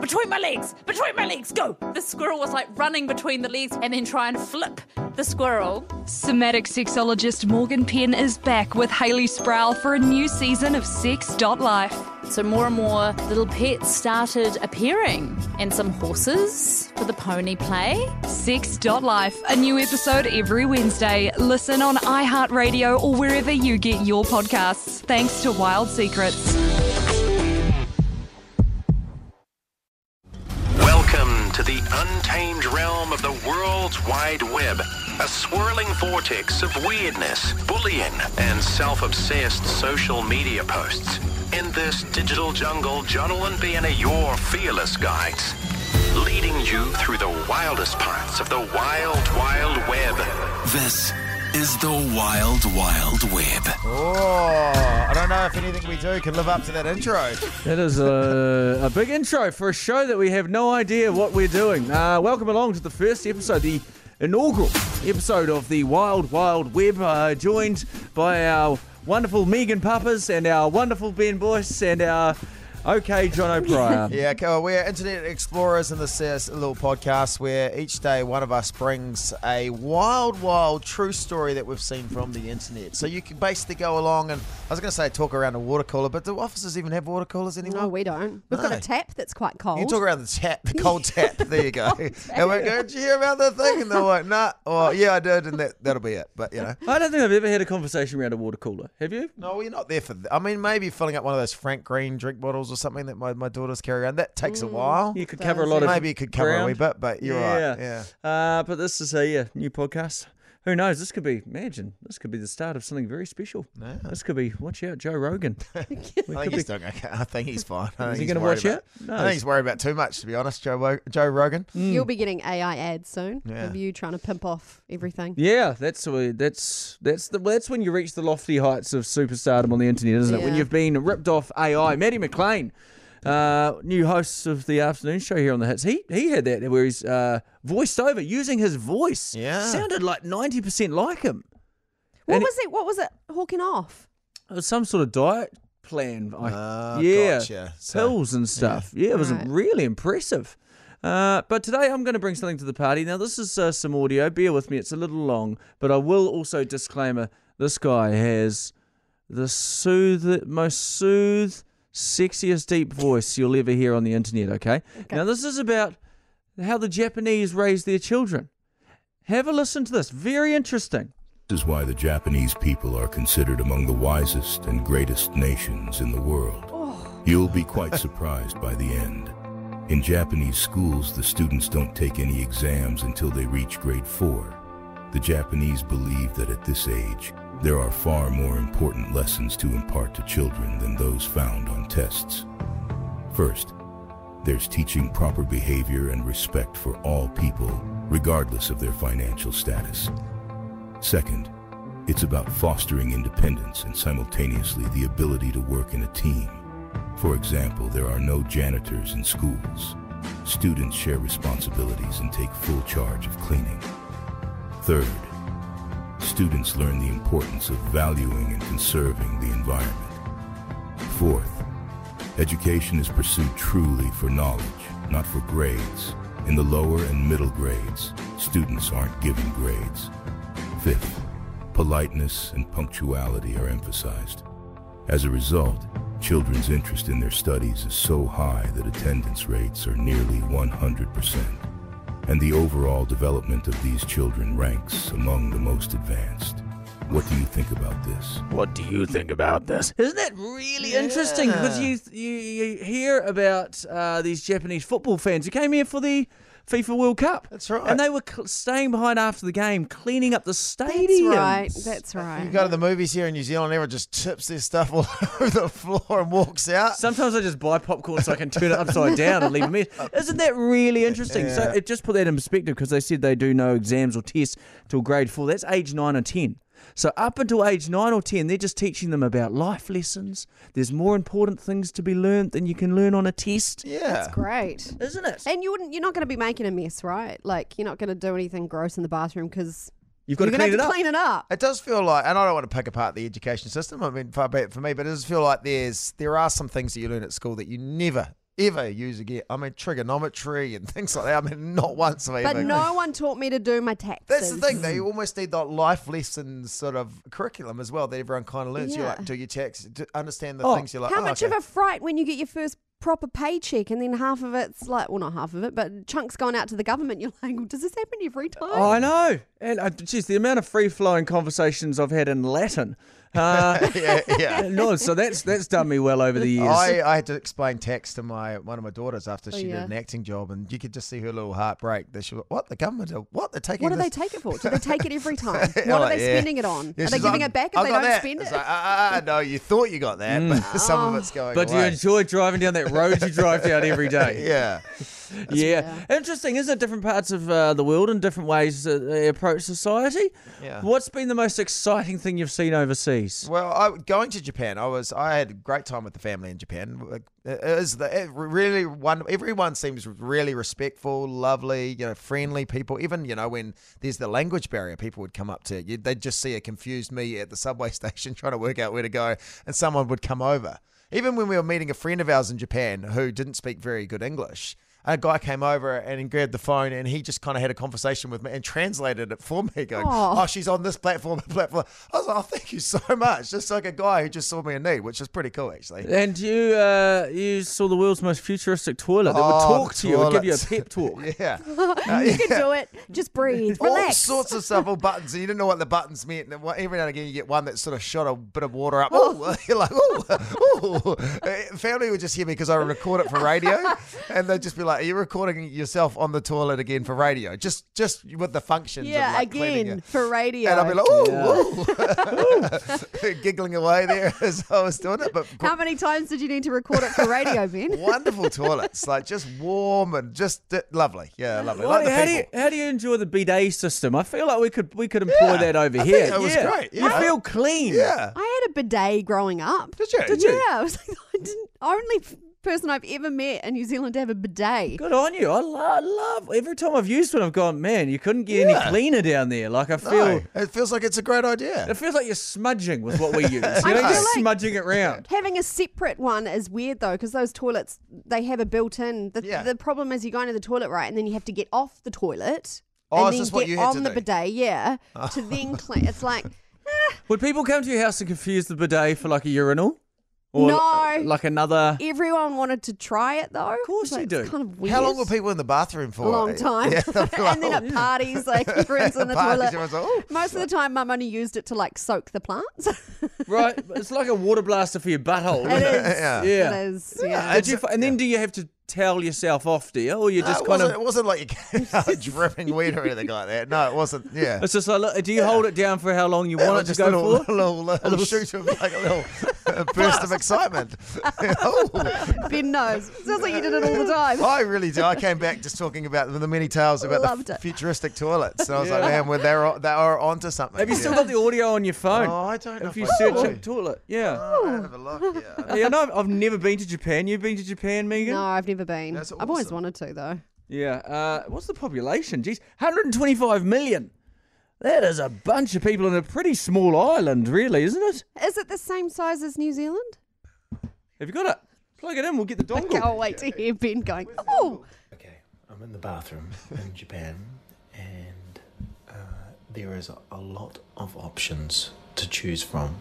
between my legs, between my legs, go! The squirrel was like running between the legs and then try and flip the squirrel. Somatic sexologist Morgan Penn is back with Haley Sproul for a new season of Sex.life. So more and more little pets started appearing, and some horses for the pony play. Sex.life, a new episode every Wednesday. Listen on iHeartRadio or wherever you get your podcasts. Thanks to Wild Secrets. Welcome to the untamed realm of the world's wide web, a swirling vortex of weirdness, bullying, and self-obsessed social media posts. In this digital jungle, Jonal and Ben are your fearless guides, leading you through the wildest parts of the wild, wild web. This is the Wild Wild Web. Oh, I don't know if anything we do can live up to that intro. That is a, a big intro for a show that we have no idea what we're doing. Uh, welcome along to the first episode, the inaugural episode of the Wild Wild Web, uh, joined by our wonderful Megan Pappas and our wonderful Ben Boyce and our OK John O'Brien. Yeah, okay, well, we're internet explorers in this uh, little podcast where each day one of us brings a wild, wild true story that we've seen from the internet. So you can basically go along and I was going to say talk around a water cooler, but do offices even have water coolers anymore? No, we don't. We've got No. a tap that's quite cold. You talk around the tap, the cold tap. There you go. and we go, did you hear about that thing? And they're like, nah. Or, yeah, I did, and that, that'll be it. But, you know. I don't think I've ever had a conversation around a water cooler. Have you? No, we're not there for. Th- I mean, maybe filling up one of those Frank Green drink bottles or something that my, my daughters carry around. That takes a while. Mm, You could cover a lot of maybe it could cover a wee ground. bit, but you're right. Yeah. Uh, but this is a yeah, new podcast. Who knows? This could be, imagine, this could be the start of something very special. This could be, watch out, Joe Rogan. I think he's doing okay. I think he's fine. I think he he's gonna worried watch about- it? Mm-hmm. I No. think he's worried about too much, to be honest, Joe, Wo- Joe Rogan. You'll be getting AI ads soon Mm. Yeah. of you trying to pimp off everything. Yeah, that's uh, that's that's the that's when you reach the lofty heights of superstardom on the internet, isn't it? When Yeah. you've been ripped off AI. Maddie McLean, uh, new host of the afternoon show here on the hits, he he had that where he's uh, voiced over using his voice. Yeah. sounded like ninety percent like him. What And it- was it? What was it hawking off? It was Uh, some sort of diet plan. I, Ah, yeah, gotcha. So- pills and stuff. Yeah, it was Right. really impressive. Uh, but today I'm going to bring something to the party. Now this is uh, some audio. Bear with me; it's a little long, but I will also disclaimer: this guy has the soothe, most soothe, sexiest deep voice you'll ever hear on the internet. Okay? Now this is about how the Japanese raise their children. Have a listen to this. Very interesting. This is why the Japanese people are considered among the wisest and greatest nations in the world. You'll be quite surprised by the end. In Japanese schools, the students don't take any exams until they reach grade four. The Japanese believe that at this age, there are far more important lessons to impart to children than those found on tests. First, there's teaching proper behavior and respect for all people, regardless of their financial status. Second, it's about fostering independence and simultaneously the ability to work in a team. For example, there are no janitors in schools. Students share responsibilities and take full charge of cleaning. Third, students learn the importance of valuing and conserving the environment. Fourth, Education is pursued truly for knowledge, not for grades. In the lower and middle grades, students aren't given grades. Fifth, politeness and punctuality are emphasized. As a result, children's interest in their studies is so high that attendance rates are nearly 100%, and the overall development of these children ranks among the most advanced. What do you think about this? What do you think about this? Isn't that really interesting? Because you, you you hear about uh, these Japanese football fans who came here for the FIFA World Cup. That's right. And they were cl- staying behind after the game, cleaning up the That's stadium. right. That's right. You go to the movies here in New Zealand, everyone just tips their stuff all over the floor and walks out. Sometimes I just buy popcorn so I can turn it upside down and leave a mess. Isn't that really interesting? So it just put that in perspective because they said they do no exams or tests till grade four. That's age nine or ten. So up until age nine or ten, they're just teaching them about life lessons. There's more important things to be learned than you can learn on a test, yeah. Great. isn't it? And you wouldn't. You're not going to be making a mess, right? Like you're not going to do anything gross in the bathroom because You've got you're to gonna clean it have up. to clean it up. It does feel like, and I don't want to pick apart the education system. I mean, far be it for me, but it does feel like there's there are some things that you learn at school that you never ever use again. I mean, trigonometry and things like that. I mean, not once have I But ever- no one taught me to do my taxes. That's the thing. They almost need that life lessons sort of curriculum as well that everyone kind of learns. You Yeah. like do your tax, do, understand the Oh. things. You're like, How oh, much okay. of a fright when you get your first proper paycheck and then half of it's like, well, not half of it, but chunks going out to the government. You're like, well, does this happen every time? Oh, I know. And uh, geez, the amount of free flowing conversations I've had in Latin. Uh, yeah, yeah. no, so that's that's done me well over the years. I, I had to explain tax to my one of my daughters after she Oh, yeah. did an acting job, and you could just see her little heartbreak. That she was, what the government? Are, what they're taking? what do this? they take it for? Do they take it every time? What Yeah, are like, they Oh, yeah. spending it on? Yeah, are they she's giving like, it back if "I they got don't that." spend It's it? like, ah, ah, ah, no, you thought you got that, but some of it's going. Mm. Oh. but do you away. enjoy driving down that road you drive down every day? Yeah. yeah. Interesting, isn't it? Different parts of uh, the world and different ways that they approach society. Yeah. What's been the most exciting thing you've seen overseas? Well, I, going to Japan, I was I had a great time with the family in Japan. Like, It is the it really one everyone seems really respectful, lovely, you know, friendly people. Even you know when there's the language barrier, people would come up to you. They'd just see a confused me at the subway station trying to work out where to go, and someone would come over. Even when we were meeting a friend of ours in Japan who didn't speak very good English, a guy came over and he grabbed the phone and he just kind of had a conversation with me and translated it for me, going, Aw. "Oh, she's on this platform, platform." I was like, "Oh, thank you so much." Just like a guy who just saw me in need, which is pretty cool, actually. And you uh, you saw the world's most futuristic toilet Oh, that would talk to you and give you a toilets. pep talk. Yeah, you can do it. Just breathe. uh, all Relax. sorts of stuff, all buttons, and you didn't know what the buttons meant. And then what- every now and again, you get one that sort of shot a bit of water up. Oh, you're like, oh, oh. Family would just hear me because I record it for radio, and they'd just be like, "Are you recording yourself on the toilet again for radio?" Just, just with the functions. of, yeah, like, cleaning again, it. for radio. And I'll be like, "Oh, ooh, ooh. giggling away there as I was doing it. But gr- How many times did you need to record it for radio, Ben? wonderful toilets, like just warm and just d- lovely. Yeah, lovely. Well, like the how, do you, people. how do you enjoy the bidet system? I feel like we could we could employ Yeah, that over I here. think it was yeah. great, You yeah. feel clean. yeah. I had a bidet growing up. uh, Did you? Did yeah, you? I was like, I didn't, only f- person I've ever met in New Zealand to have a bidet. Good on you. I lo- love every time I've used one. I've gone, man. You couldn't get any Yeah. cleaner down there. Like I feel, No, it feels like it's a great it idea. feels like you're smudging with what we use. You know, you're feel like- smudging it round. Having a separate one is weird though, because those toilets they have a built-in. The, Yeah. the problem is you go into the toilet right, and then you have to get off the toilet Oh, and is then this get what you had on to the do? Oh. bidet, yeah, to then clean. It's like Would people come to your house and confuse the bidet for like a urinal, or No. l- like another? everyone wanted to try it though. Of course like, you do. It's kind of weird. How long were people in the bathroom A for? long time, Yeah, and then at parties, like everyone's in the Parties, toilet. everyone's like, "Oh." Most of the time, Mum only used it to like soak the plants. right, it's like a water blaster for your butthole. it isn't is, it? Yeah. Yeah. it is, yeah. Did you, fi- and then do you have to towel yourself off, do you, or you No, just it, kind Uh, wasn't, of? it wasn't like you came out dripping weed or anything like that. No, it wasn't. Yeah. It's just like, look, do you hold it down for how long you want it to just go a little, for? little, little, little- shoot of like a little uh, burst of excitement. oh. Ben knows. Sounds like you did it all the time. I really do. I came back just talking about the many tales about Loved the it. futuristic toilets, and I was like, man, well, they're on, they are onto something. Have you Yeah. still got the audio on your phone? Oh, I don't know If if you I search do. up toilet, yeah. Oh, I don't have a look. Yeah. Yeah, no, I've- I've never been to Japan. You've been to Japan, Megan? No, I've never been. That's I've always awesome. wanted to though. Yeah. Uh, what's the population? Geez, 125 million. That is a bunch of people on a pretty small island, really, isn't it? Is it the same size as New Zealand? Have you got it? Plug it in. We'll get the dongle. Can't wait to hear Ben going. Oh, Okay, I'm in the bathroom in Japan, and uh, there is a, a lot of options to choose from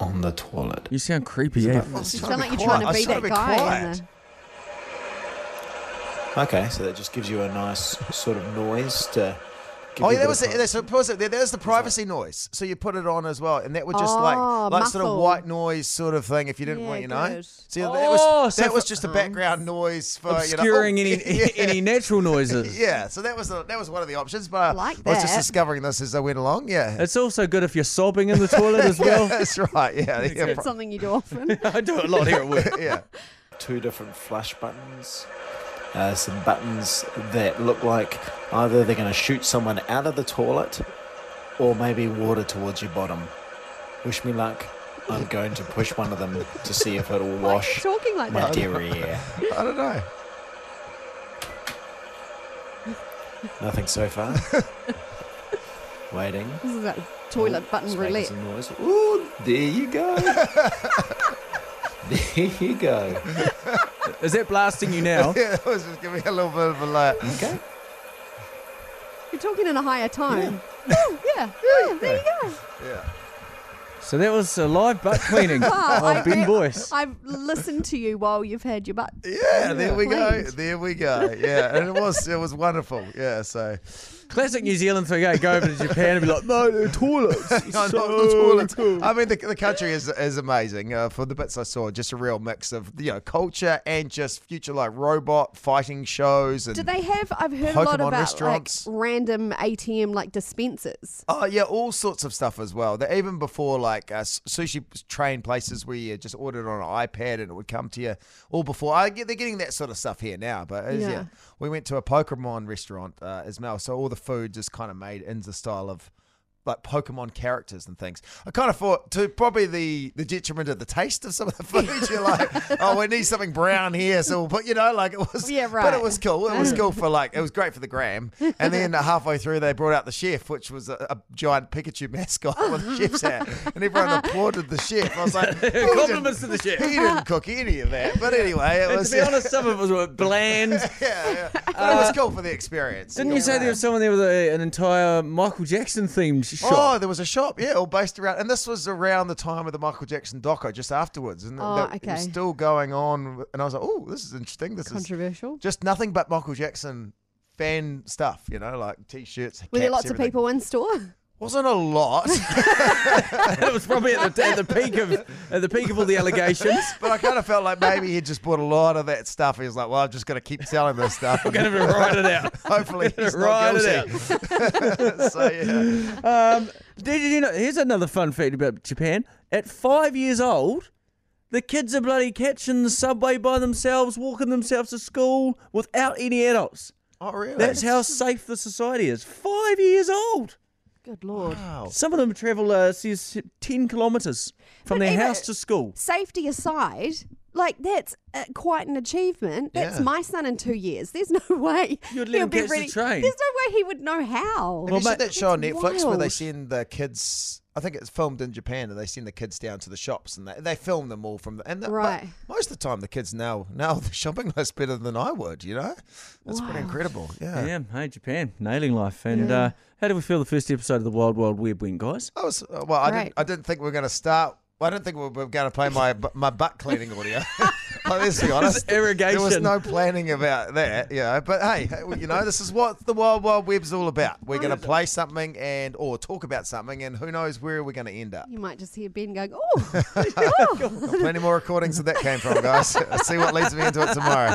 on the toilet. You sound creepy, eh? yeah. you trying sound to like be you're trying Oh, quiet. I to be was trying to that be guy. in quiet. the- Okay, so that just gives you a nice sort of noise to. Give Oh, you yeah, a bit that was of it. a- That's, supposed to- there- there's the privacy noise. So you put it on as well, and that would just like Oh, like sort of muffled. white noise sort of thing. If you didn't Yeah, want, you know, good. so that was Oh, so that was for- just the background noise for Obscuring you know, oh, any yeah. any natural noises. Yeah, so that was the, that was one of the options, but I, Like I was just that. discovering this as I went along. Yeah, It's also good if you're sobbing in the toilet as yeah, well. that's right. Yeah, yeah, It's something you do often. I do it a lot here at work. yeah. two different flush buttons. Uh, some buttons that look like either they're going to shoot someone out of the toilet or maybe water towards your bottom. Wish me luck. I'm going to push one of them to see if it'll wash Talking like my that. derriere. I don't know. Nothing so far. Waiting. This is that toilet It's button making roulette. some noise. Ooh, there you go. there you go. it? Is that blasting you now? yeah, it was just giving a little bit of a light. Okay. You're talking in a higher tone. Yeah. Yeah, there you go. Yeah. so that was a live butt cleaning Ah, Oh, I of Ben re- Boyce. I've listened to you while you've had your butt. Yeah, there we go. cleaned. There we go. Yeah, and it was it was wonderful. Yeah, so Classic New Zealand thing. eh? Go over to Japan and be like, no, the toilets. It's No, not so the toilet. cool." I mean, the, the country is is amazing. Uh, for the bits I saw, just a real mix of you know culture and just future like robot fighting shows and Do they have? I've heard a lot Pokemon about restaurants. like random ATM like dispensers. Oh yeah, all sorts of stuff as well. That even before like uh, s- sushi train places where you just ordered on an iPad and it would come to you. All before I get they're getting that sort of stuff here now. But it was, yeah. Yeah. we went to a Pokemon restaurant uh, as well, so all the food just kind of made in the style of like Pokemon characters and things. I kind of thought to probably the the detriment of the taste of some of the food. You're like, oh, we need something brown here, so we'll put you know like it was. Yeah, But it right. was cool. It was cool for like it was great for the gram. And then halfway through, they brought out the chef, which was a, a giant Pikachu mascot with a chef's hat, and everyone applauded the chef. I was like, he didn't- Compliments to the chef. He didn't cook any of that. But anyway, it And was to be honest, uh, some of it was bland. yeah, yeah. But it was cool for the experience. Didn't you say there was someone there with a, an entire Michael Jackson themed shop? Oh, there was a shop, yeah, all based around, and this was around the time of the Michael Jackson doco, just afterwards, and Oh, that it was okay. still going on. And I was like, oh, this is interesting. This is Controversial. just nothing but Michael Jackson fan stuff, you know, like t-shirts. Were there caps, lots everything. of people in store? Wasn't a lot, it was probably at the, at the peak of at the peak of all the allegations. but I kind of felt like maybe he just bought a lot of that stuff. He was like, well, I'm just going to keep selling this stuff. I'm Gonna write it out. Hopefully he's not Write it guilty. so yeah, Um, did you know? Here's another fun fact about Japan. At five years old, the kids are bloody catching the subway by themselves, walking themselves to school without any adults. oh really? That's how safe the society is. Five years old. Good lord. Wow. Some of them travel uh, says ten kilometres from their even- house to school. Safety aside, like that's uh, quite an achievement. That's Yeah. my son in two years. There's no way You'd let he'll him be catch the ready. train. There's no way he would know how. Have you seen that show on That's Netflix where they wild. send the kids? I think it's filmed in Japan, and they send the kids down to the shops, and they, they film them all from the and the, but Right. Most of the time, the kids know know the shopping list better than I would. You know, that's pretty incredible. Yeah. Yeah, hey Japan, nailing life. And uh, how did we feel the first episode of the Wild Wild Web went, guys? I was uh, well. I didn't. Great. I didn't think we were going to start. I didn't think we were going to play my bu- my butt cleaning audio. Like, let's be honest. There was irrigation. no planning about that, you know. But hey, hey, well, you know, this is what the Wild Wild Web's all about. We're going to play something and or talk about something, and who knows where we're going to end up. You might just hear Ben going, oh, Got plenty more recordings of that came from, guys. See what leads me into it tomorrow.